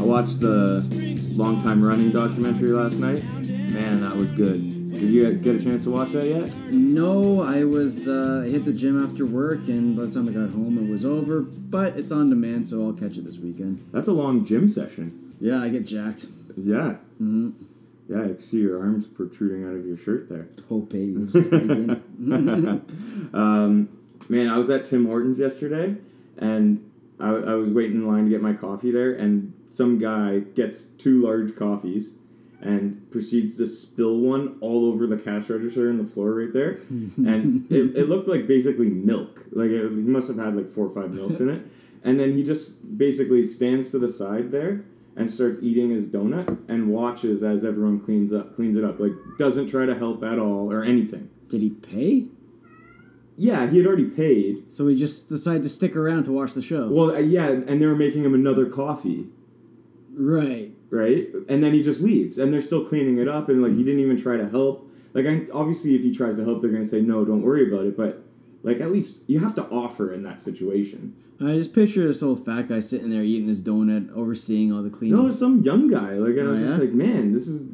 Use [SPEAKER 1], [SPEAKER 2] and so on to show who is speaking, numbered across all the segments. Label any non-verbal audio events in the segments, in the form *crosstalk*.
[SPEAKER 1] watched the long time running documentary last night. Man, that was good. Did you get a chance to watch that yet?
[SPEAKER 2] No, I was uh, I hit the gym after work, and by the time I got home, it was over. But it's on demand, so I'll catch it this weekend.
[SPEAKER 1] That's a long gym session.
[SPEAKER 2] Yeah, I get jacked.
[SPEAKER 1] Yeah.
[SPEAKER 2] Mhm.
[SPEAKER 1] Yeah, I see your arms protruding out of your shirt there.
[SPEAKER 2] Oh, baby, I was
[SPEAKER 1] *laughs*
[SPEAKER 2] just "Mm, thinking.
[SPEAKER 1] um, man, I was at Tim Hortons yesterday, and I, I was waiting in line to get my coffee there, and some guy gets two large coffees and proceeds to spill one all over the cash register and the floor right there, and it, it looked like basically milk. Like it, he must have had like four or five milks in it, and then he just basically stands to the side there. And starts eating his donut and watches as everyone cleans up, cleans it up. Like doesn't try to help at all or anything.
[SPEAKER 2] Did he pay?
[SPEAKER 1] Yeah, he had already paid.
[SPEAKER 2] So he just decided to stick around to watch the show.
[SPEAKER 1] Well, uh, yeah, and they were making him another coffee,
[SPEAKER 2] right.
[SPEAKER 1] right? And then he just leaves, and they're still cleaning it up, and like he didn't even try to help. Like, I, obviously, if he tries to help, they're gonna say no, don't worry about it. But like, at least you have to offer in that situation.
[SPEAKER 2] I just picture this old fat guy sitting there eating his donut, overseeing all the cleaning.
[SPEAKER 1] No, it's some young guy. Like, and I was
[SPEAKER 2] Oh,
[SPEAKER 1] just
[SPEAKER 2] yeah?
[SPEAKER 1] like, man, this is.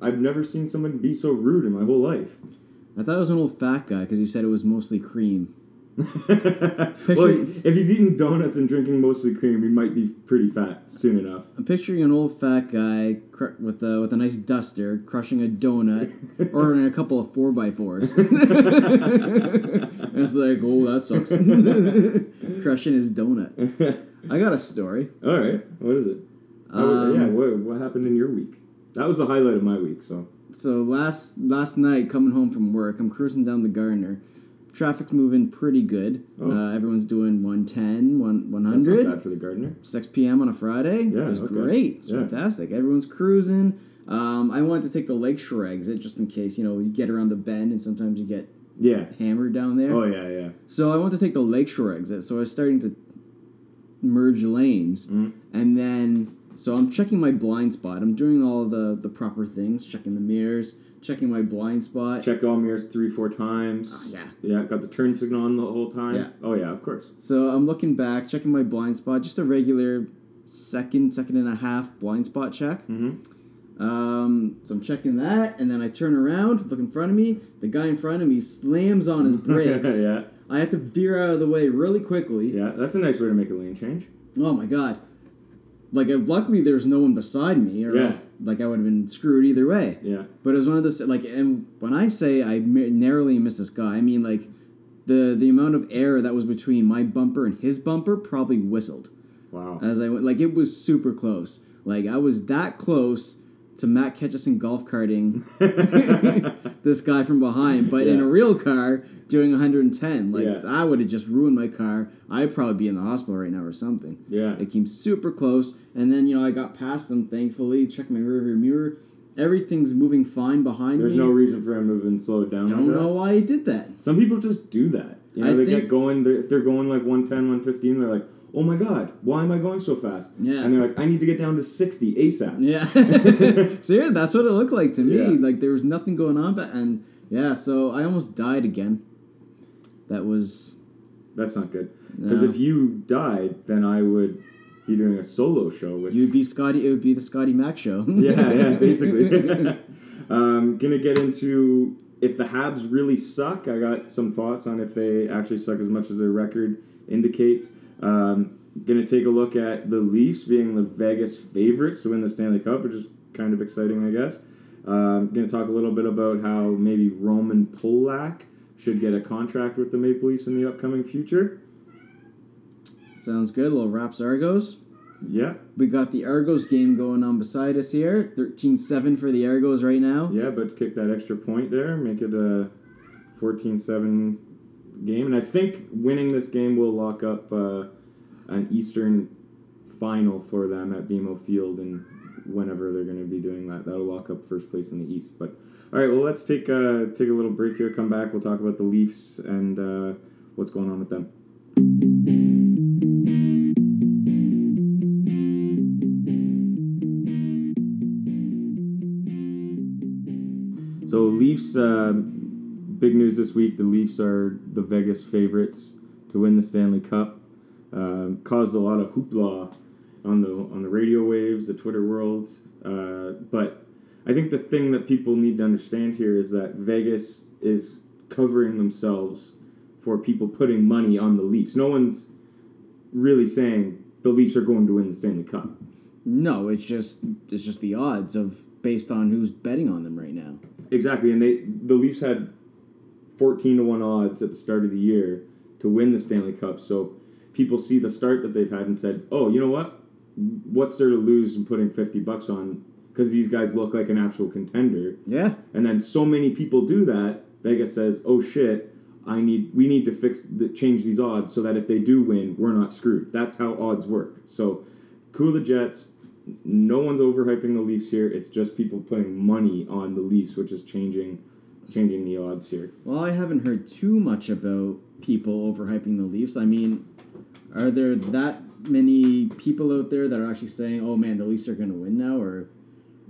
[SPEAKER 1] I've never seen someone be so rude in my whole life. *laughs*
[SPEAKER 2] I thought it was an old fat guy because he said it was mostly cream.
[SPEAKER 1] well, if he's eating donuts and drinking mostly cream, he might be pretty fat soon enough.
[SPEAKER 2] I'm picturing an old fat guy cr- with a with a nice duster crushing a donut
[SPEAKER 1] *laughs*
[SPEAKER 2] or in a couple of four by fours. it's like, oh, that sucks.
[SPEAKER 1] *laughs*
[SPEAKER 2] crushing his donut. I got a story.
[SPEAKER 1] All right, what is it? How was-
[SPEAKER 2] Um,
[SPEAKER 1] yeah, what, what happened in your week? That was the highlight of my week. So
[SPEAKER 2] So last last night, coming home from work, I'm cruising down the Gardner. Traffic's moving pretty good.
[SPEAKER 1] Oh.
[SPEAKER 2] Uh, everyone's doing 110, one-
[SPEAKER 1] that's not
[SPEAKER 2] 100.
[SPEAKER 1] bad for the gardener.
[SPEAKER 2] 6 p.m. on a Friday.
[SPEAKER 1] Yeah,
[SPEAKER 2] it was
[SPEAKER 1] okay.
[SPEAKER 2] great. It was
[SPEAKER 1] Yeah.
[SPEAKER 2] fantastic. Everyone's cruising. Um, I wanted to take the lakeshore exit just in case, you know, you get around the bend and sometimes you get
[SPEAKER 1] Yeah.
[SPEAKER 2] hammered down there.
[SPEAKER 1] Oh yeah, yeah.
[SPEAKER 2] So I wanted to take the lakeshore exit. So I was starting to merge lanes.
[SPEAKER 1] Mm.
[SPEAKER 2] And then, so I'm checking my blind spot. I'm doing all the, the proper things, checking the mirrors, checking my blind spot.
[SPEAKER 1] Check all mirrors three, four times.
[SPEAKER 2] Oh, yeah.
[SPEAKER 1] Yeah, got the turn signal on the whole time.
[SPEAKER 2] Yeah.
[SPEAKER 1] Oh yeah, of course.
[SPEAKER 2] So I'm looking back, checking my blind spot, just a regular second, second and a half blind spot check.
[SPEAKER 1] Mm-hmm.
[SPEAKER 2] Um, so I'm checking that, and then I turn around, look in front of me. The guy in front of me slams
[SPEAKER 1] *laughs*
[SPEAKER 2] on his brakes.
[SPEAKER 1] yeah,
[SPEAKER 2] I have to veer out of the way really quickly.
[SPEAKER 1] yeah. That's a nice way to make a lane change.
[SPEAKER 2] Oh my god! Like, I, luckily there's no one beside me, or
[SPEAKER 1] Yeah.
[SPEAKER 2] else like I would have been screwed either way.
[SPEAKER 1] Yeah.
[SPEAKER 2] But it was one of those like, and when I say I ma- narrowly missed this guy, I mean like the the amount of air that was between my bumper and his bumper probably whistled
[SPEAKER 1] Wow.
[SPEAKER 2] as I went. Like it was super close. Like I was that close to Matt Ketchison golf
[SPEAKER 1] *laughs*
[SPEAKER 2] carting this guy from behind, but in
[SPEAKER 1] Yeah.
[SPEAKER 2] a real car doing 110. Like
[SPEAKER 1] Yeah.
[SPEAKER 2] I would have just ruined my car. I'd probably be in the hospital right now or something.
[SPEAKER 1] *laughs*
[SPEAKER 2] *laughs*
[SPEAKER 1] yeah.
[SPEAKER 2] It came super close, and then you know I got past them. Thankfully, checked my rearview mirror. Everything's moving fine behind
[SPEAKER 1] There's
[SPEAKER 2] me.
[SPEAKER 1] no reason for him to have been slowed down.
[SPEAKER 2] I don't
[SPEAKER 1] like that.
[SPEAKER 2] know why he did that.
[SPEAKER 1] Some people just do that. You know,
[SPEAKER 2] I
[SPEAKER 1] they
[SPEAKER 2] think-
[SPEAKER 1] get going, they're, they're going like 110, 115, they're like, oh my god, why am I going so fast?
[SPEAKER 2] Yeah.
[SPEAKER 1] And they're like, I need to get down to 60 ASAP.
[SPEAKER 2] Yeah.
[SPEAKER 1] *laughs*
[SPEAKER 2] Seriously, that's what it looked like to me.
[SPEAKER 1] Yeah.
[SPEAKER 2] Like there was nothing going on, but and yeah, so I almost died again. That was
[SPEAKER 1] That's not good. Because
[SPEAKER 2] No.
[SPEAKER 1] if you died, then I would be doing a solo show with
[SPEAKER 2] you'd be Scotty. It would be the Scotty Mac show.
[SPEAKER 1] Yeah,
[SPEAKER 2] *laughs*
[SPEAKER 1] yeah, basically. *laughs* um, gonna get into if the Habs really suck. I got some thoughts on if they actually suck as much as their record indicates. Um, gonna take a look at the Leafs being the Vegas favorites to win the Stanley Cup, which is kind of exciting, I guess. Um, gonna talk a little bit about how maybe Roman Polak should get a contract with the Maple Leafs in the upcoming future.
[SPEAKER 2] Sounds good. Little raps Argos.
[SPEAKER 1] Yeah,
[SPEAKER 2] We got the Argos game going on beside us here. 13-7 for the Argos right now.
[SPEAKER 1] Yeah, but kick that extra point there, make it a 14 7 game. And I think winning this game will lock up uh, an Eastern final for them at BMO Field and whenever they're going to be doing that. That'll lock up first place in the East. But all right, well, let's take, uh, take a little break here, come back. We'll talk about the Leafs and uh, what's going on with them. So Leafs, uh, big news this week. The Leafs are the Vegas favorites to win the Stanley Cup. Um, caused a lot of hoopla on the on the radio waves, the Twitter worlds. Uh, but I think the thing that people need to understand here is that Vegas is covering themselves for people putting money on the Leafs. No one's really saying the Leafs are going to win the Stanley Cup.
[SPEAKER 2] No, it's just it's just the odds of based on who's betting on them right now.
[SPEAKER 1] Exactly, and they the Leafs had fourteen to one odds at the start of the year to win the Stanley Cup. So people see the start that they've had and said, "Oh, you know what? What's there to lose in putting fifty bucks on?" Because these guys look like an actual contender,
[SPEAKER 2] Yeah.
[SPEAKER 1] and then so many people do that. Vegas says, "Oh shit, I need we need to fix the, change these odds so that if they do win, we're not screwed." That's how odds work. So, cool the Jets. No one's overhyping the Leafs here. It's just people putting money on the Leafs, which is changing changing the odds here.
[SPEAKER 2] Well, I haven't heard too much about people overhyping the Leafs. I mean, are there that many people out there that are actually saying, "Oh man, the Leafs are going to win now"? Or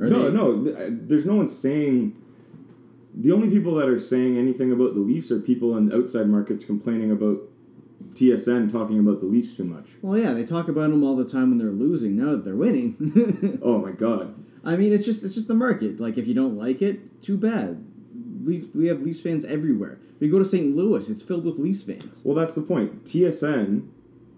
[SPEAKER 2] are
[SPEAKER 1] no,
[SPEAKER 2] they-
[SPEAKER 1] no, th- uh, there's no one saying. The only people that are saying anything about the Leafs are people in outside markets complaining about TSN talking about the Leafs too much.
[SPEAKER 2] Well, yeah, they talk about them all the time when they're losing. Now that they're winning, *laughs*
[SPEAKER 1] Oh my god.
[SPEAKER 2] I mean, it's just it's just the market. Like if you don't like it, too bad. Leafs, we have Leafs fans everywhere. We go to St. Louis, it's filled with Leafs fans.
[SPEAKER 1] Well, that's the point. TSN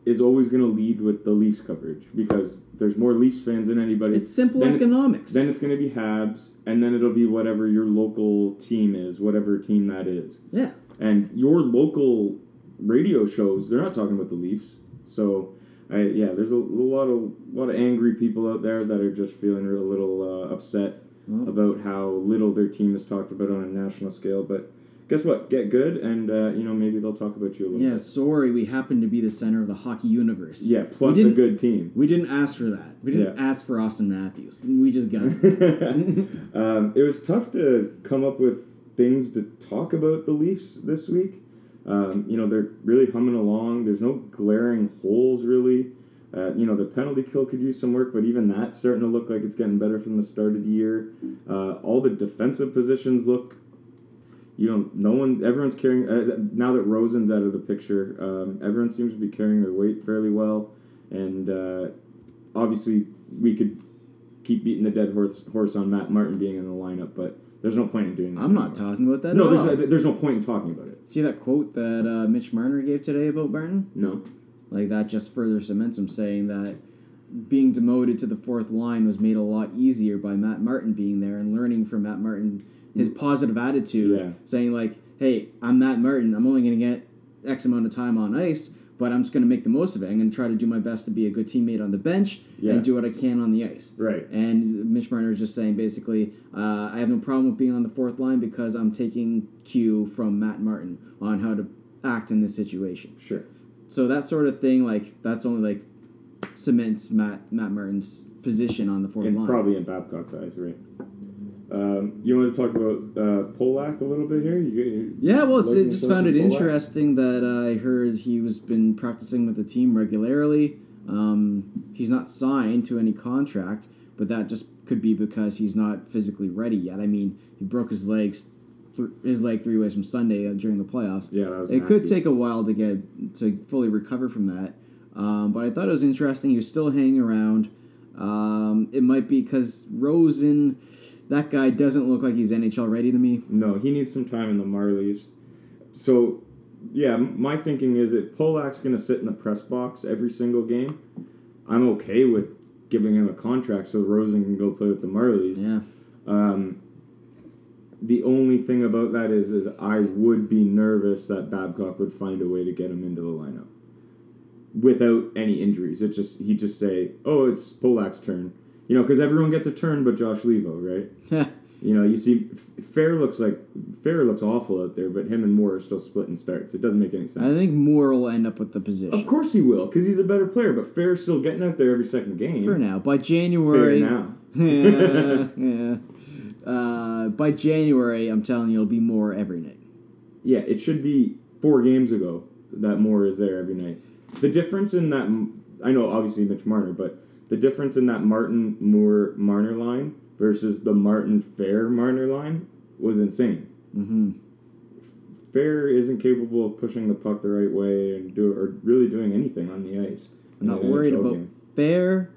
[SPEAKER 1] is always going to lead with the Leafs coverage because there's more Leafs fans than anybody.
[SPEAKER 2] It's simple
[SPEAKER 1] Then it's-
[SPEAKER 2] economics.
[SPEAKER 1] then it's going to be Habs, and then it'll be whatever your local team is, whatever team that is.
[SPEAKER 2] yeah.
[SPEAKER 1] And your local radio shows, they're not talking about the Leafs. So, I, yeah, there's a, lot of lot of angry people out there that are just feeling a little uh, upset
[SPEAKER 2] Well,
[SPEAKER 1] about how little their team is talked about on a national scale. But guess what? Get good, and uh, you know maybe they'll talk about you a little.
[SPEAKER 2] yeah. Sorry, we happen to be the center of the hockey universe.
[SPEAKER 1] Yeah, plus
[SPEAKER 2] We
[SPEAKER 1] a
[SPEAKER 2] didn't-
[SPEAKER 1] good
[SPEAKER 2] *laughs*
[SPEAKER 1] team.
[SPEAKER 2] We didn't ask for that. We didn't ask for Austin Matthews. We
[SPEAKER 1] *laughs*
[SPEAKER 2] just got him.
[SPEAKER 1] um, it was tough to come up with things to talk about the Leafs this week. Um, you know, they're really humming along. There's no glaring holes, really. Uh, you know, the penalty kill could use some work, but even that's starting to look like it's getting better from the start of the year. Uh, all the defensive positions look, you know, no one, everyone's carrying, uh, now that Rosen's out of the picture, um, everyone seems to be carrying their weight fairly well. And uh, obviously, we could keep beating the dead horse, horse on Matt Martin being in the lineup, but there's no point in doing that.
[SPEAKER 2] I'm not
[SPEAKER 1] anymore.
[SPEAKER 2] talking about that.
[SPEAKER 1] No,
[SPEAKER 2] at all.
[SPEAKER 1] there's, uh, there's no point in talking about it.
[SPEAKER 2] See that quote that uh, Mitch Marner gave today about Barton?
[SPEAKER 1] No.
[SPEAKER 2] Like that just further cements him saying that being demoted to the fourth line was made a lot easier by Matt Martin being there and learning from Matt Martin his positive attitude,
[SPEAKER 1] Mm. Yeah.
[SPEAKER 2] saying like, "Hey, I'm Matt Martin. I'm only going to get X amount of time on ice, but I'm just going to make the most of it. I'm going to try to do my best to be a good teammate on the bench
[SPEAKER 1] Yeah.
[SPEAKER 2] and do what I can on the ice."
[SPEAKER 1] Right.
[SPEAKER 2] And Mitch Marner is just saying basically, uh, I have no problem with being on the fourth line because I'm taking cue from Matt Martin on how to act in this situation.
[SPEAKER 1] Sure.
[SPEAKER 2] So that sort of thing, like that's only like cements Matt Matt Martin's position on the fourth
[SPEAKER 1] And
[SPEAKER 2] line.
[SPEAKER 1] probably in Babcock's eyes, right? Um, you want to talk about uh, Polak a little bit here? You, you-
[SPEAKER 2] yeah, well, it's,
[SPEAKER 1] Logan
[SPEAKER 2] it just
[SPEAKER 1] Thompson
[SPEAKER 2] found it
[SPEAKER 1] Polak?
[SPEAKER 2] interesting that uh, I heard he was been practicing with the team regularly. Um, he's not signed to any contract, but that just could be because he's not physically ready yet. I mean, he broke his legs, th- his leg three ways from Sunday uh, during the playoffs.
[SPEAKER 1] Yeah, that was.
[SPEAKER 2] It could
[SPEAKER 1] nasty.
[SPEAKER 2] take a while to get to fully recover from that, um, but I thought it was interesting. He was still hanging around. Um, it might be because Rosen, that guy doesn't look like he's NHL ready to me.
[SPEAKER 1] No, he needs some time in the Marlies. So, yeah, m- my thinking is if Polak's going to sit in the press box every single game, I'm okay with giving him a contract so Rosen can go play with the Marlies.
[SPEAKER 2] Yeah, *laughs*
[SPEAKER 1] Um, the only thing about that is, is I would be nervous that Babcock would find a way to get him into the lineup without any injuries. It's just he'd just say, "Oh, it's Polak's turn," you know, because everyone gets a turn but Josh Levo, right? You know, you see, F- Fair looks like Fair looks awful out there, but him and Moore are still splitting starts. It doesn't make any
[SPEAKER 2] I
[SPEAKER 1] sense.
[SPEAKER 2] think Moore will end up with the
[SPEAKER 1] Of
[SPEAKER 2] position
[SPEAKER 1] course he will, because he's a better player. But Fair's still getting out there every second game.
[SPEAKER 2] for now. By
[SPEAKER 1] Fair
[SPEAKER 2] January,
[SPEAKER 1] now.
[SPEAKER 2] *laughs* yeah, yeah. Uh, by January, I'm telling you, it'll be Moore every night.
[SPEAKER 1] Yeah, it should be four games ago that Moore is there every night. The difference in that, I know obviously Mitch Marner, but the difference in that Martin Moore Marner line versus the Martin Fair Marner line was insane.
[SPEAKER 2] hmm
[SPEAKER 1] Fair isn't capable of pushing the puck the right way and do or really doing anything on the ice.
[SPEAKER 2] I'm
[SPEAKER 1] in
[SPEAKER 2] not
[SPEAKER 1] an
[SPEAKER 2] worried
[SPEAKER 1] NHL
[SPEAKER 2] about
[SPEAKER 1] game.
[SPEAKER 2] Fair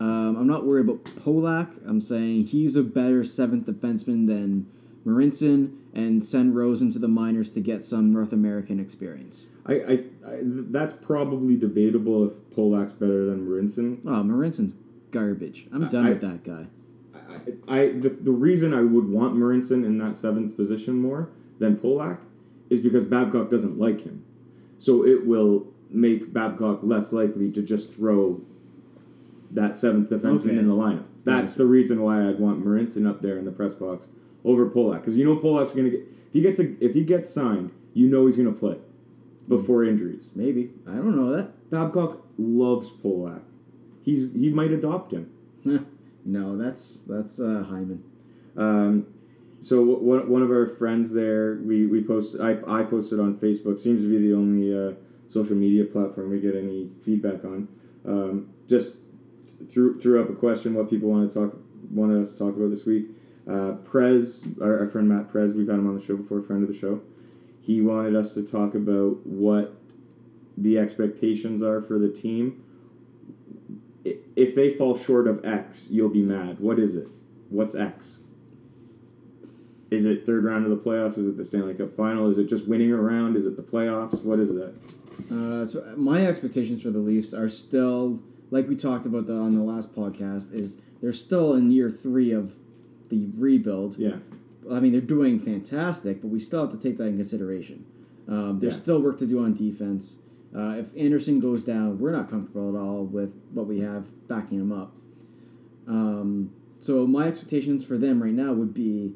[SPEAKER 2] Um, I'm not worried about Polak. I'm saying he's a better seventh defenseman than Marinson and send Rosen to the minors to get some North American experience.
[SPEAKER 1] I, I, I th- that's probably debatable if Polak's better than Marinson.
[SPEAKER 2] Oh, Marinson's garbage. I'm
[SPEAKER 1] I-
[SPEAKER 2] done
[SPEAKER 1] I-
[SPEAKER 2] with that guy.
[SPEAKER 1] I, I the, the reason I would want Marinson in that seventh position more than Polak is because Babcock doesn't like him, so it will make Babcock less likely to just throw that seventh defenseman
[SPEAKER 2] Okay.
[SPEAKER 1] in the lineup. That's the reason why I'd want Marinson up there in the press box over Polak because you know Polak's gonna get if he gets a, if he gets signed, you know he's gonna play before injuries.
[SPEAKER 2] Maybe I don't know that.
[SPEAKER 1] Babcock loves Polak. He's he might adopt him.
[SPEAKER 2] *laughs* no, that's that's uh, Hyman.
[SPEAKER 1] Um, so wh- one one of our friends there, we we post I I posted on Facebook. Seems to be the only uh, social media platform we get any feedback on. Um, just threw threw up a question: what people want to talk wanted us to talk about this week. Uh, Prez, our, our friend Matt Prez, we've had him on the show before, friend of the show. He wanted us to talk about what the expectations are for the team. I- If they fall short of X, you'll be mad. What is it? What's X? Is it third round of the playoffs? Is it the Stanley Cup final? Is it just winning a round? Is it the playoffs? What is it?
[SPEAKER 2] Uh, so my expectations for the Leafs are still like we talked about the, on the last podcast. Is they're still in year three of the rebuild.
[SPEAKER 1] Yeah.
[SPEAKER 2] I mean, they're doing fantastic, but we still have to take that in consideration. Um, there's
[SPEAKER 1] Yeah.
[SPEAKER 2] still work to do on defense. Uh, if Anderson goes down, we're not comfortable at all with what we have backing him up. Um, so my expectations for them right now would be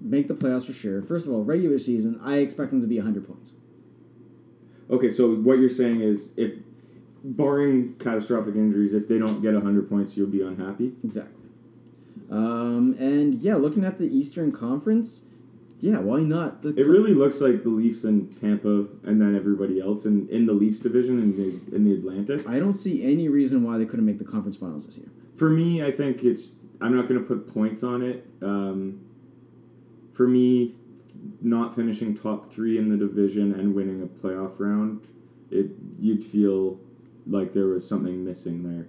[SPEAKER 2] make the playoffs for sure. First of all, regular season, I expect them to be 100 points.
[SPEAKER 1] Okay, so what you're saying is if barring catastrophic injuries, if they don't get 100 points, you'll be unhappy.
[SPEAKER 2] Exactly. Um, and yeah, looking at the Eastern Conference, yeah, why not? The
[SPEAKER 1] It really looks like the Leafs and Tampa and then everybody else in, in the Leafs division in the, in the Atlantic.
[SPEAKER 2] I don't see any reason why they couldn't make the conference finals this year.
[SPEAKER 1] For me, I think it's. I'm not going to put points on it. Um, for me, not finishing top three in the division and winning a playoff round, it you'd feel like there was something missing there.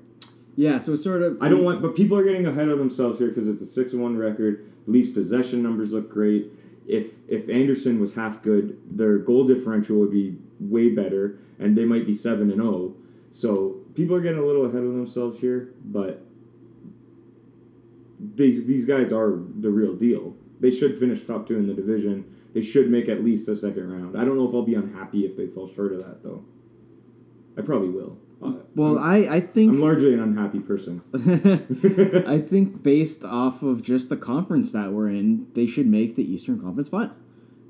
[SPEAKER 2] Yeah, so it's sort of
[SPEAKER 1] I don't want, but people are getting ahead of themselves here because it's a six and one record. Least possession numbers look great. If if Anderson was half good, their goal differential would be way better, and they might be seven and zero. So people are getting a little ahead of themselves here, but these these guys are the real deal. They should finish top two in the division. They should make at least a second round. I don't know if I'll be unhappy if they fall short of that though. I probably will. I-
[SPEAKER 2] Well,
[SPEAKER 1] I'm,
[SPEAKER 2] I, I think
[SPEAKER 1] Mm. I'm largely an unhappy person.
[SPEAKER 2] *laughs* I think based off of just the conference that we're in, they should make the Eastern Conference final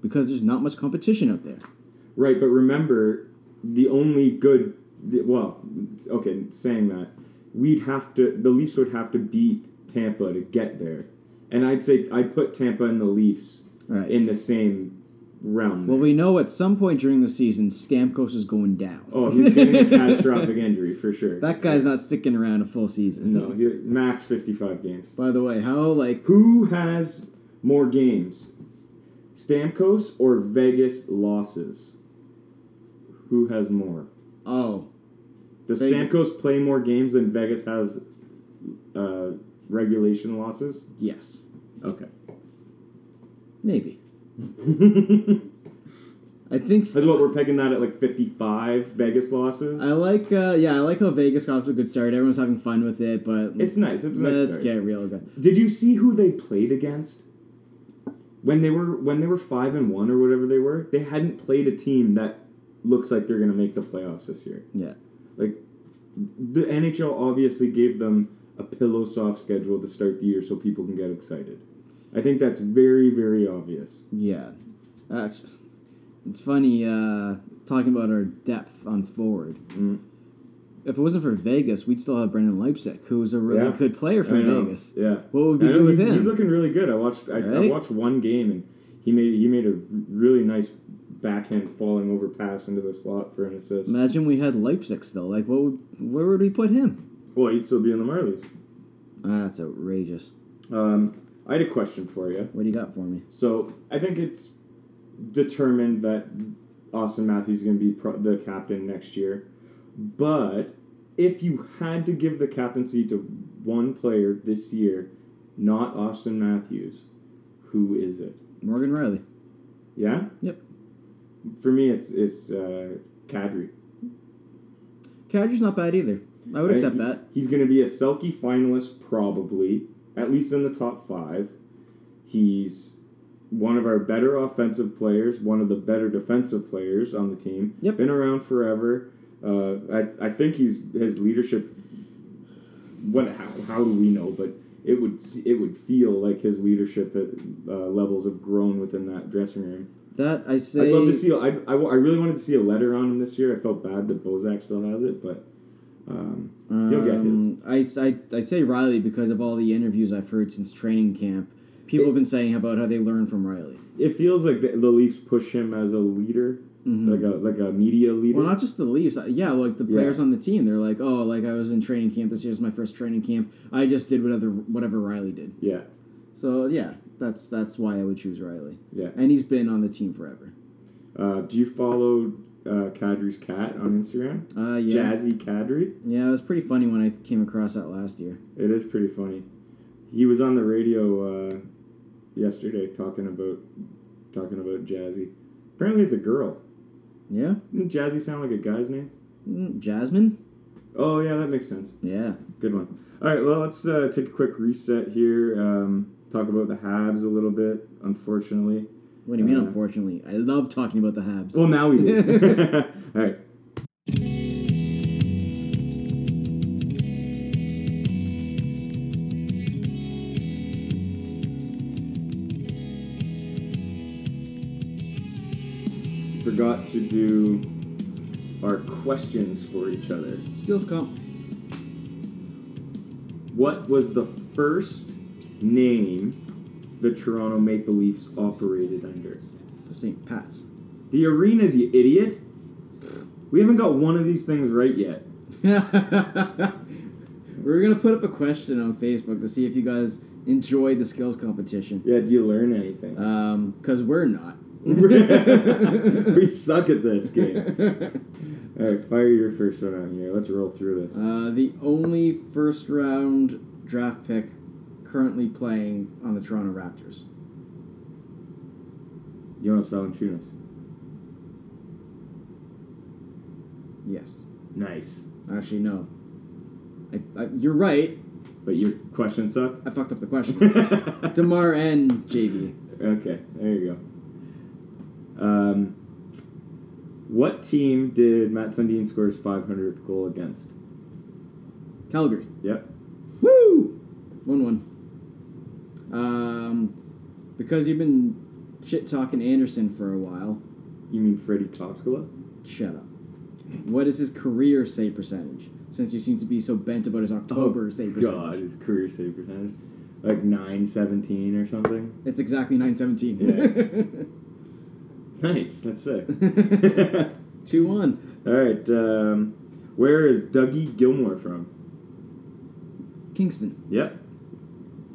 [SPEAKER 2] because there's not much competition out there.
[SPEAKER 1] *laughs* Right, but remember, the only good, the- well, it's- okay, saying that, we'd have to, the Leafs would have to beat Tampa to get there. And I'd say, I'd put Tampa and the Leafs
[SPEAKER 2] All right.
[SPEAKER 1] in the same realm.
[SPEAKER 2] well, we know at some point during the season, Stamkos is going down.
[SPEAKER 1] oh, he's getting
[SPEAKER 2] *laughs*
[SPEAKER 1] a catastrophic injury, for sure.
[SPEAKER 2] That guy's not sticking around a full season.
[SPEAKER 1] No, he, max 55 games.
[SPEAKER 2] By the way, how like
[SPEAKER 1] Who has more games? Stamkos or Vegas losses? Who has more?
[SPEAKER 2] oh
[SPEAKER 1] Does
[SPEAKER 2] Vegas-
[SPEAKER 1] Stamkos play more games than Vegas has uh, regulation losses?
[SPEAKER 2] yes
[SPEAKER 1] Okay. *laughs*
[SPEAKER 2] maybe
[SPEAKER 1] That's
[SPEAKER 2] I think s-
[SPEAKER 1] what we're pegging that at like 55 Vegas losses.
[SPEAKER 2] I like uh, yeah I like how Vegas got off to a good start. Everyone's having fun with it, but
[SPEAKER 1] it's nice. It's a nice.
[SPEAKER 2] let's
[SPEAKER 1] start.
[SPEAKER 2] get real. Good.
[SPEAKER 1] Did you see who they played against? When they were when they were five and one or whatever they were, they hadn't played a team that looks like they're gonna make the playoffs this year.
[SPEAKER 2] Yeah.
[SPEAKER 1] Like the NHL obviously gave them a pillow soft schedule to start the year so people can get excited. I think that's very, very obvious.
[SPEAKER 2] Yeah. Actually, it's funny uh, talking about our depth on forward.
[SPEAKER 1] Mm.
[SPEAKER 2] If it wasn't for Vegas, we'd still have Brendan Leipzig, who was a really
[SPEAKER 1] Yeah.
[SPEAKER 2] good player
[SPEAKER 1] I
[SPEAKER 2] from
[SPEAKER 1] know.
[SPEAKER 2] Vegas.
[SPEAKER 1] Yeah.
[SPEAKER 2] What would we
[SPEAKER 1] I know
[SPEAKER 2] do with
[SPEAKER 1] he's,
[SPEAKER 2] him?
[SPEAKER 1] he's looking really good. I watched I, I
[SPEAKER 2] Right?
[SPEAKER 1] watched one game and he made he made a really nice backhand falling over pass into the slot for an assist.
[SPEAKER 2] Imagine we had Leipzig still. Like, what would where would we put him?
[SPEAKER 1] Well, he'd still be in the Marlies. Ah,
[SPEAKER 2] That's outrageous.
[SPEAKER 1] Um, I had a question for you.
[SPEAKER 2] What do you got for me?
[SPEAKER 1] So I think it's determined that Austin Matthews is going to be pro- the captain next year, but if you had to give the captaincy to one player this year, not Austin Matthews, who is it?
[SPEAKER 2] Morgan Riley.
[SPEAKER 1] Yeah.
[SPEAKER 2] Yep.
[SPEAKER 1] For me, it's it's uh, Kadri.
[SPEAKER 2] Kadri's not bad either. I would
[SPEAKER 1] Right?
[SPEAKER 2] accept
[SPEAKER 1] He-
[SPEAKER 2] that.
[SPEAKER 1] He's going to be a Selkie finalist, probably, at least in the top five. He's one of our better offensive players, one of the better defensive players on the team.
[SPEAKER 2] Yep.
[SPEAKER 1] Been around forever. Uh, I, I think he's his leadership. What how, how do we know? But it would s- it would feel like his leadership uh, levels have grown within that dressing room.
[SPEAKER 2] That I say.
[SPEAKER 1] I'd love to see. I, I, I really wanted to see a letter on him this year. I felt bad that Bozak still has it, but um, you'll get his.
[SPEAKER 2] Um, I, I, I say Riley because of all the interviews I've heard since training camp. People have been saying about how they learn from Riley.
[SPEAKER 1] It feels like the, the Leafs push him as a leader,
[SPEAKER 2] Mhm.
[SPEAKER 1] like a like a media leader.
[SPEAKER 2] Well, not just the Leafs. uh, Yeah, like the players on the team, they're like, oh, like I was in training camp. This year's my first training camp. I just did whatever whatever Riley did.
[SPEAKER 1] yeah,
[SPEAKER 2] So yeah, that's that's why I would choose Riley.
[SPEAKER 1] yeah.
[SPEAKER 2] And he's been on the team forever.
[SPEAKER 1] Uh, do you follow uh, Kadri's cat on Instagram?
[SPEAKER 2] Uh, yeah,
[SPEAKER 1] Jazzy Kadri.
[SPEAKER 2] yeah. It was pretty funny when I came across that last year.
[SPEAKER 1] It is pretty funny. He was on the radio uh, yesterday talking about talking about Jazzy. Apparently, it's a girl.
[SPEAKER 2] Yeah,
[SPEAKER 1] Didn't Jazzy sound like a guy's name?
[SPEAKER 2] Mm, Jasmine.
[SPEAKER 1] Oh yeah, that makes sense.
[SPEAKER 2] Yeah,
[SPEAKER 1] Good one. All right, well, let's uh, take a quick reset here. Um, talk about the Habs a little bit, unfortunately.
[SPEAKER 2] what do you mean?
[SPEAKER 1] Uh,
[SPEAKER 2] unfortunately, I love talking about the Habs.
[SPEAKER 1] Well, now we do. All right. Forgot to do our questions for each other.
[SPEAKER 2] Skills comp.
[SPEAKER 1] What was the first name the Toronto Maple Leafs operated under?
[SPEAKER 2] The St. Pat's. *laughs*
[SPEAKER 1] The arenas, you idiot. We haven't got one of these things right yet.
[SPEAKER 2] we were gonna put up a question on Facebook to see if you guys enjoyed the skills competition.
[SPEAKER 1] Yeah, do you learn anything?
[SPEAKER 2] Um, cause we're not.
[SPEAKER 1] *laughs* we suck at this game. All right, fire your first one on here. Let's roll through this.
[SPEAKER 2] *laughs* Uh, the only first round draft pick currently playing on the Toronto Raptors.
[SPEAKER 1] Jonas Valanciunas.
[SPEAKER 2] Yes.
[SPEAKER 1] Nice.
[SPEAKER 2] Actually, no. I, I, you're right.
[SPEAKER 1] But your question *laughs* sucked.
[SPEAKER 2] I fucked up the question.
[SPEAKER 1] okay,
[SPEAKER 2] Demar and JV.
[SPEAKER 1] there you go. Um, what team did Matt Sundin score his 500th goal against?
[SPEAKER 2] Calgary.
[SPEAKER 1] Yep.
[SPEAKER 2] Woo! One one. Um, because you've been shit talking Anderson for a while.
[SPEAKER 1] You mean Freddie Toscola?
[SPEAKER 2] Shut up. What is his career save percentage? Since you seem to be so bent about his October save percentage,
[SPEAKER 1] Oh, God, his career save percentage. Like 917 or something.
[SPEAKER 2] it's exactly nine
[SPEAKER 1] *laughs*
[SPEAKER 2] seventeen.
[SPEAKER 1] Nice, that's sick.
[SPEAKER 2] *laughs*
[SPEAKER 1] *laughs*
[SPEAKER 2] Two one.
[SPEAKER 1] Alright, um, where is Dougie Gilmore from?
[SPEAKER 2] Kingston.
[SPEAKER 1] Yep.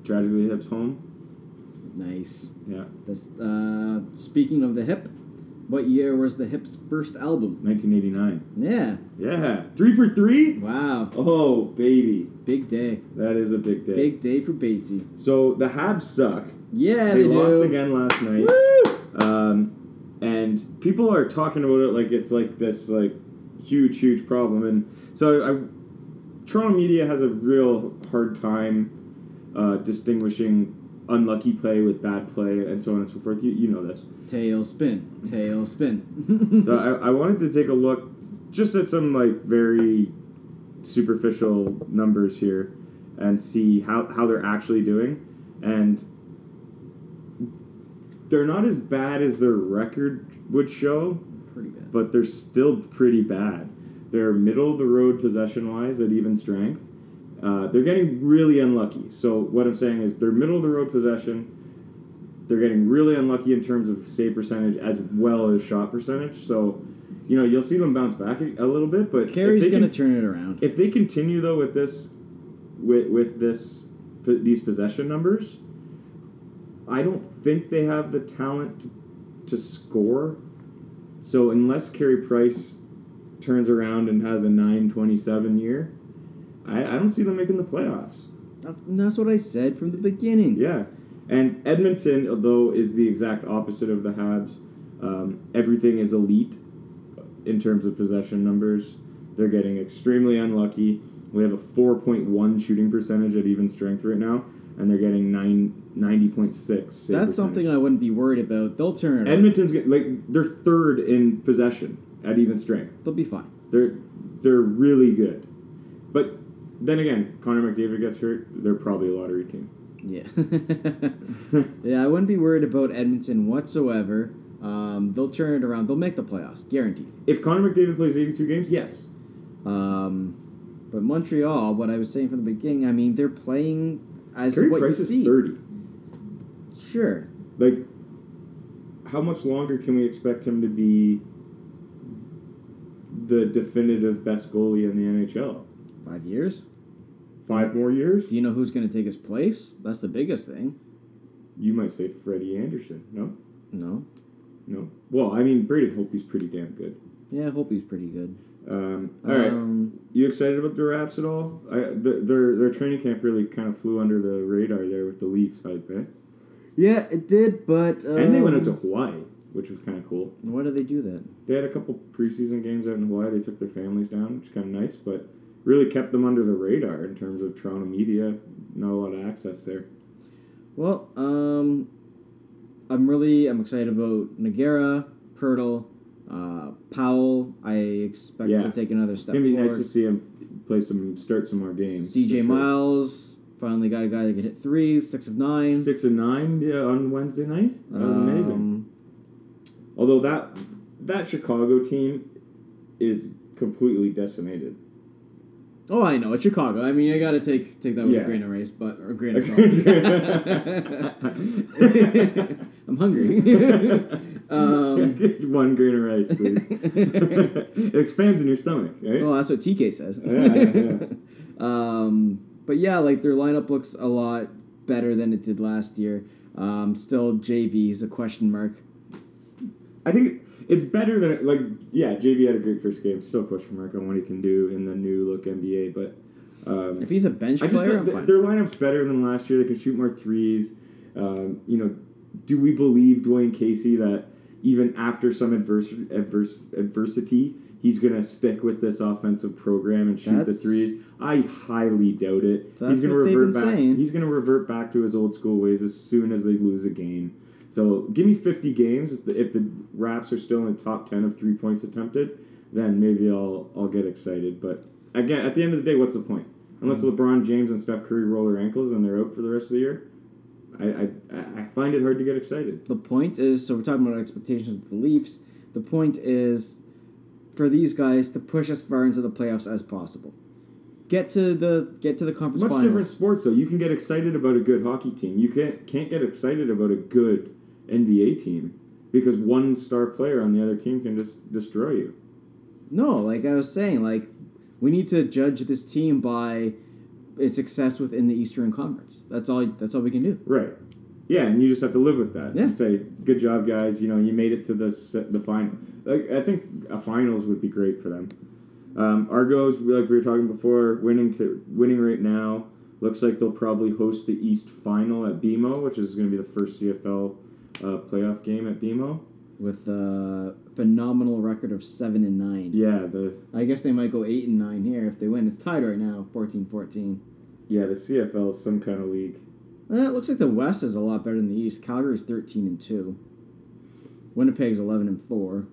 [SPEAKER 1] Tragically Hip's home.
[SPEAKER 2] Nice.
[SPEAKER 1] Yeah.
[SPEAKER 2] This, uh, speaking of the hip, what year was the hip's first album?
[SPEAKER 1] 1989.
[SPEAKER 2] Yeah.
[SPEAKER 1] Yeah. Three for three?
[SPEAKER 2] Wow.
[SPEAKER 1] Oh, baby.
[SPEAKER 2] Big day.
[SPEAKER 1] That is a big day.
[SPEAKER 2] Big day for Batesy.
[SPEAKER 1] So the Habs suck.
[SPEAKER 2] Yeah,
[SPEAKER 1] they
[SPEAKER 2] they, do.
[SPEAKER 1] lost again last night.
[SPEAKER 2] Woo!
[SPEAKER 1] um, and people are talking about it like it's like this like huge huge problem and so I, Toronto media has a real hard time uh, distinguishing unlucky play with bad play and so on and so forth you, you know this
[SPEAKER 2] Tailspin, tailspin.
[SPEAKER 1] so I, I wanted to take a look just at some like very superficial numbers here and see how, how they're actually doing and they're not as bad as their record would show
[SPEAKER 2] *laughs* Pretty bad.
[SPEAKER 1] but they're still pretty bad they're middle of the road possession wise at even strength uh, they're getting really unlucky so what i'm saying is they're middle of the road possession they're getting really unlucky in terms of save percentage as well as shot percentage so you know you'll see them bounce back a, a little bit but if
[SPEAKER 2] Carey's
[SPEAKER 1] they
[SPEAKER 2] gonna
[SPEAKER 1] can-
[SPEAKER 2] turn it around.
[SPEAKER 1] if they continue though with this, with with this, p- these possession numbers, I don't think they have the talent to, to score. So unless Carey Price turns around and has a 927 year, I, I don't see them making the playoffs.
[SPEAKER 2] And That's what I said from the beginning.
[SPEAKER 1] Yeah. And Edmonton, although is the exact opposite of the Habs, um, everything is elite in terms of possession numbers. They're getting extremely unlucky. We have a 4.1 shooting percentage at even strength right now, and they're getting nine, 90.6. save
[SPEAKER 2] That's
[SPEAKER 1] percentage.
[SPEAKER 2] something I wouldn't be worried about. They'll turn it around.
[SPEAKER 1] Edmonton's get, like they're third in possession at even strength.
[SPEAKER 2] They'll be fine.
[SPEAKER 1] They're they're really good, but then again, Connor McDavid gets hurt. They're probably a lottery team. *laughs*
[SPEAKER 2] Yeah. *laughs* yeah, I wouldn't be worried about Edmonton whatsoever. Um, they'll turn it around. They'll make the playoffs, guaranteed.
[SPEAKER 1] If Connor McDavid plays 82 games, yes,
[SPEAKER 2] Um, but Montreal, what I was saying from the beginning, I mean, they're playing as
[SPEAKER 1] Carey
[SPEAKER 2] what
[SPEAKER 1] Price
[SPEAKER 2] you
[SPEAKER 1] is
[SPEAKER 2] see.
[SPEAKER 1] 30.
[SPEAKER 2] Sure.
[SPEAKER 1] Like, how much longer can we expect him to be the definitive best goalie in the NHL?
[SPEAKER 2] Five years.
[SPEAKER 1] Five more years?
[SPEAKER 2] Do you know who's going to take his place? That's the biggest thing.
[SPEAKER 1] You might say Freddie Anderson. No,
[SPEAKER 2] No.
[SPEAKER 1] no. Well, I mean, Braden Holtby's pretty damn good.
[SPEAKER 2] Yeah, I hope he's pretty good.
[SPEAKER 1] Um, all right.
[SPEAKER 2] Um,
[SPEAKER 1] You excited about the Raps at all? I, their, their their training camp really kind of flew under the radar there with the Leafs hype, eh?
[SPEAKER 2] yeah, it did, but. Um,
[SPEAKER 1] and they went out to Hawaii, which was kind of cool.
[SPEAKER 2] Why do they do that?
[SPEAKER 1] They had a couple preseason games out in Hawaii. They took their families down, which is kind of nice, but really kept them under the radar in terms of Toronto media. Not a lot of access there.
[SPEAKER 2] Well, um, I'm really I'm excited about Nagara, Pirtle, uh, Powell. I expect
[SPEAKER 1] Yeah.
[SPEAKER 2] to take another step
[SPEAKER 1] It's gonna be nice
[SPEAKER 2] forward.
[SPEAKER 1] to see him play some, start some more games.
[SPEAKER 2] CJ
[SPEAKER 1] for sure.
[SPEAKER 2] Miles finally got a guy that can hit threes, six of nine.
[SPEAKER 1] six and nine yeah, on Wednesday night. That was
[SPEAKER 2] Um,
[SPEAKER 1] amazing. Although that that Chicago team is completely decimated. *laughs*
[SPEAKER 2] Oh, I know it's Chicago. I mean, I gotta take take that with
[SPEAKER 1] Yeah.
[SPEAKER 2] a grain of rice, but or
[SPEAKER 1] *laughs*
[SPEAKER 2] grain of salt. *laughs* I'm hungry. *laughs* *laughs* um,
[SPEAKER 1] One grain of rice,
[SPEAKER 2] *laughs*
[SPEAKER 1] please. *laughs* it expands in your stomach, right?
[SPEAKER 2] well, that's what TK says.
[SPEAKER 1] Yeah, yeah, yeah.
[SPEAKER 2] *laughs* Um, but yeah, like their lineup looks a lot better than it did last year. Um, still JV is a question mark.
[SPEAKER 1] I think it's better than like yeah. JV had a great first game. Still a question mark on what he can do in the new look NBA, but um,
[SPEAKER 2] If he's a bench
[SPEAKER 1] I just
[SPEAKER 2] player,
[SPEAKER 1] don't-
[SPEAKER 2] I'm
[SPEAKER 1] th-
[SPEAKER 2] fine.
[SPEAKER 1] their lineup's better than last year. They can shoot more threes. Um, you know, do we believe Dwayne Casey that even after some adverse, adverse adversity, he's gonna stick with this offensive program and shoot the
[SPEAKER 2] That's-
[SPEAKER 1] threes? I highly doubt it.
[SPEAKER 2] That's
[SPEAKER 1] he's gonna
[SPEAKER 2] what they've
[SPEAKER 1] revert
[SPEAKER 2] been
[SPEAKER 1] back.
[SPEAKER 2] saying.
[SPEAKER 1] He's gonna revert back to his old school ways as soon as they lose a game. So give me 50 games if the, if the Raps are still in the top 10 of three points attempted, then maybe I'll I'll get excited. But again, at the end of the day, what's the point? Unless
[SPEAKER 2] Mm-hmm.
[SPEAKER 1] LeBron James and Steph Curry roll their ankles and they're out for the rest of the year, I I, I- I find it hard to get excited.
[SPEAKER 2] the point is, so we're talking about expectations of the Leafs. The point is for these guys to push as far into the playoffs as possible. Get to the get to the conference
[SPEAKER 1] Much
[SPEAKER 2] finals.
[SPEAKER 1] different sports though. You can get excited about a good hockey team. You can't can't get excited about a good NBA team because one star player on the other team can just destroy you.
[SPEAKER 2] No, like I was saying, like we need to judge this team by its success within the Eastern Conference. That's all. That's all we can do.
[SPEAKER 1] Right. Yeah, and you just have to live with that
[SPEAKER 2] Yeah.
[SPEAKER 1] and say, "Good job, guys. You know, you made it to the s- the final." Like, I think a finals would be great for them. Um, Argos, we- like we were talking before, winning to winning right now. Looks like they'll probably host the East Final at BMO, which is going to be the first CFL uh, playoff game at BMO.
[SPEAKER 2] with a phenomenal record of seven and nine.
[SPEAKER 1] Yeah, the
[SPEAKER 2] I guess they might go eight and nine here if they win. It's tied right now, 14-14.
[SPEAKER 1] yeah the CFL is some kind of league.
[SPEAKER 2] Eh, it looks like the West is a lot better than the East. Calgary's thirteen and two. Winnipeg's eleven and four.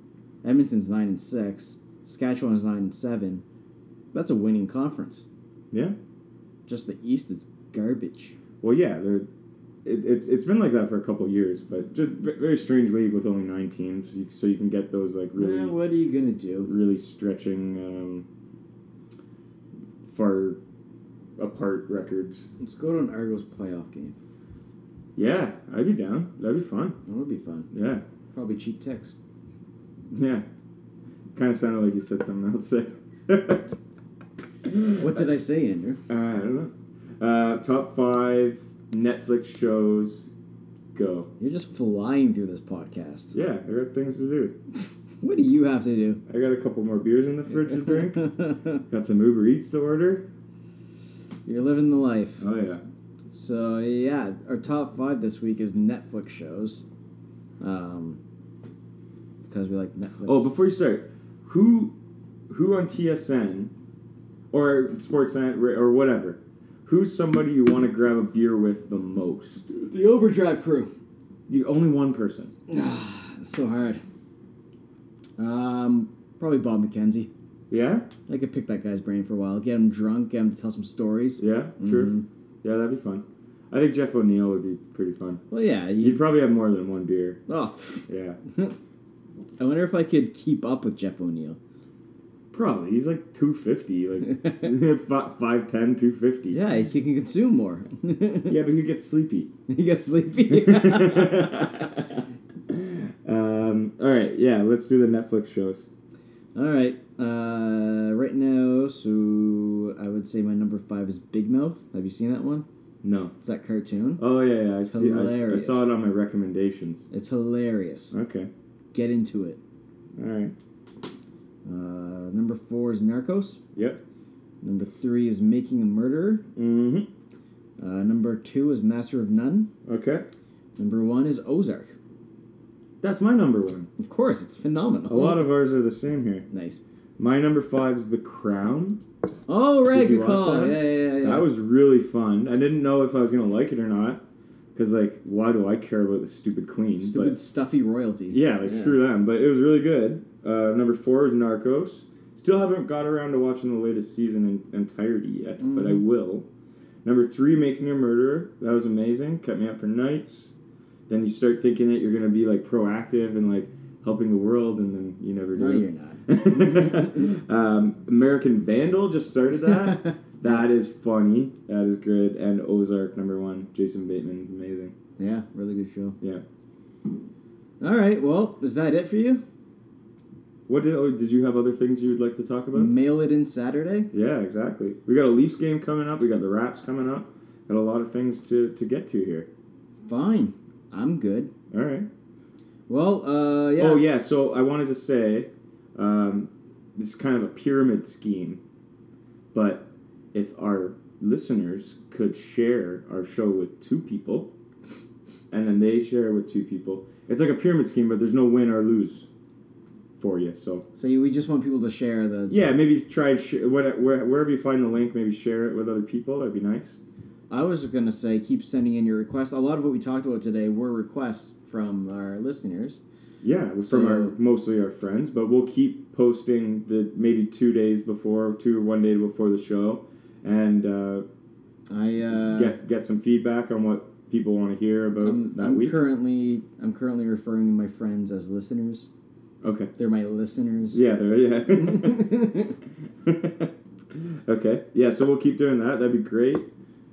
[SPEAKER 2] Edmonton's nine and six. Saskatchewan's nine and seven. That's a winning conference.
[SPEAKER 1] Yeah.
[SPEAKER 2] Just the East is garbage.
[SPEAKER 1] Well, yeah, they're. It, it's it's been like that for a couple years, but just ve- very strange league with only nine teams, you, so you can get those like really.
[SPEAKER 2] Eh, what are you gonna do?
[SPEAKER 1] really stretching um, far apart records.
[SPEAKER 2] Let's go to an Argos playoff game.
[SPEAKER 1] Yeah, I'd be down. That'd be fun.
[SPEAKER 2] That would be fun.
[SPEAKER 1] Yeah,
[SPEAKER 2] Probably cheap ticks.
[SPEAKER 1] yeah. Kind of sounded like you said something else there.
[SPEAKER 2] What did I say, Andrew?
[SPEAKER 1] Uh, I don't know. Uh, top five Netflix shows. Go.
[SPEAKER 2] You're just flying through this podcast.
[SPEAKER 1] Yeah, I got things to do.
[SPEAKER 2] What do you have to do?
[SPEAKER 1] I got a couple more beers in the fridge to drink. Got some Uber Eats to order.
[SPEAKER 2] *laughs* You're living the life.
[SPEAKER 1] Oh yeah.
[SPEAKER 2] So yeah, our top five this week is Netflix shows, um, because we like Netflix.
[SPEAKER 1] Oh, before you start, who who on TSN or Sportsnet or or whatever, who's somebody you want to grab a beer with the most?
[SPEAKER 2] the Overdrive crew.
[SPEAKER 1] You only one person.
[SPEAKER 2] so hard. Um, probably Bob McKenzie.
[SPEAKER 1] Yeah.
[SPEAKER 2] I could pick that guy's brain for a while. Get him drunk. Get him to tell some stories.
[SPEAKER 1] Yeah. Sure.
[SPEAKER 2] Mhm.
[SPEAKER 1] Yeah, that'd be fun. I think Jeff O'Neill would be pretty fun.
[SPEAKER 2] Well, yeah.
[SPEAKER 1] You'd
[SPEAKER 2] You,
[SPEAKER 1] probably have more than one beer.
[SPEAKER 2] oh, *laughs* pff.
[SPEAKER 1] Yeah.
[SPEAKER 2] I wonder if I could keep up with Jeff O'Neill.
[SPEAKER 1] Probably. He's like 250, like *laughs* 5'10, 250.
[SPEAKER 2] Yeah, he can consume more. *laughs*
[SPEAKER 1] Yeah, but he gets sleepy. *laughs*
[SPEAKER 2] he gets sleepy. *laughs*
[SPEAKER 1] um, all right, yeah, let's do the Netflix shows.
[SPEAKER 2] All right. Uh, right now, so I would say my number five is Big Mouth. Have you seen that one?
[SPEAKER 1] No.
[SPEAKER 2] It's that cartoon.
[SPEAKER 1] Oh, yeah, yeah, I, see, I, I
[SPEAKER 2] Hilarious.
[SPEAKER 1] saw it on my recommendations.
[SPEAKER 2] It's hilarious.
[SPEAKER 1] Okay,
[SPEAKER 2] Get into it.
[SPEAKER 1] all right.
[SPEAKER 2] Uh, number four is Narcos.
[SPEAKER 1] Yep.
[SPEAKER 2] Number three is Making a Murderer.
[SPEAKER 1] Mm
[SPEAKER 2] Uh, number two is Master of None.
[SPEAKER 1] hmm. Okay.
[SPEAKER 2] Number one is Ozark.
[SPEAKER 1] That's my number one.
[SPEAKER 2] Of course, it's phenomenal.
[SPEAKER 1] A lot of ours are the same here.
[SPEAKER 2] nice.
[SPEAKER 1] My number five is The Crown.
[SPEAKER 2] Oh right,
[SPEAKER 1] Did you watch
[SPEAKER 2] good call.
[SPEAKER 1] that?
[SPEAKER 2] Yeah, yeah, yeah. yeah.
[SPEAKER 1] That was really fun. I didn't know if I was going to like it or not. Because, like, why do I care about this stupid queen? But-
[SPEAKER 2] stupid stuffy royalty.
[SPEAKER 1] Yeah, like screw them. But it was really good. Uh, number four is Narcos. Still haven't got around to watching the latest season in entirety yet, but I
[SPEAKER 2] Mhm.
[SPEAKER 1] will. Number three, Making a Murderer. That was amazing. Kept me up for nights. Then you start thinking that you're gonna be like proactive and like helping the world, and then you never
[SPEAKER 2] No,
[SPEAKER 1] do.
[SPEAKER 2] you're not.
[SPEAKER 1] *laughs* um, American Vandal just started
[SPEAKER 2] *laughs*
[SPEAKER 1] that. that is funny. That is good. And Ozark number one. Jason Bateman, amazing.
[SPEAKER 2] yeah, really good show.
[SPEAKER 1] Yeah.
[SPEAKER 2] All right. Well, is that it for you?
[SPEAKER 1] What did oh, did you have other things you would like to talk about?
[SPEAKER 2] Mail it in Saturday.
[SPEAKER 1] Yeah, exactly. We got a Leafs game coming up. We got the Raps coming up. Got a lot of things to, to get to here.
[SPEAKER 2] Fine. I'm good.
[SPEAKER 1] All right.
[SPEAKER 2] Well, uh, yeah.
[SPEAKER 1] Oh yeah. So I wanted to say, um, this is kind of a pyramid scheme, but if our listeners could share our show with two people, *laughs* and then they share with two people, it's like a pyramid scheme, but there's no win or lose for you. So
[SPEAKER 2] So you- we just want people to share the.
[SPEAKER 1] yeah, maybe try and share what- where- wherever you find the link. Maybe share it with other people. That'd be nice.
[SPEAKER 2] I was gonna say keep sending in your requests. A lot of what we talked about today were requests from our listeners.
[SPEAKER 1] Yeah, it was
[SPEAKER 2] So-
[SPEAKER 1] from our mostly our friends, but we'll keep posting the maybe two days before, two or one day before the show, and uh,
[SPEAKER 2] I uh,
[SPEAKER 1] get get some feedback on what people want to hear about
[SPEAKER 2] I'm,
[SPEAKER 1] that
[SPEAKER 2] I'm
[SPEAKER 1] week.
[SPEAKER 2] currently I'm currently referring to my friends as listeners.
[SPEAKER 1] okay.
[SPEAKER 2] They're my listeners.
[SPEAKER 1] Yeah. There. Yeah. *laughs* okay. Yeah. So we'll keep doing that. That'd be great.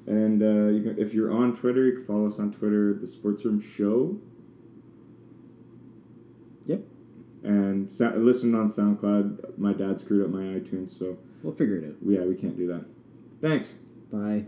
[SPEAKER 1] And uh, you can, if you're on Twitter, you can follow us on Twitter, the Sports Room Show.
[SPEAKER 2] Yep.
[SPEAKER 1] And sa- listen on SoundCloud. My dad screwed up my iTunes, so
[SPEAKER 2] *laughs* we'll figure it out.
[SPEAKER 1] yeah, we can't do that. Thanks.
[SPEAKER 2] Bye.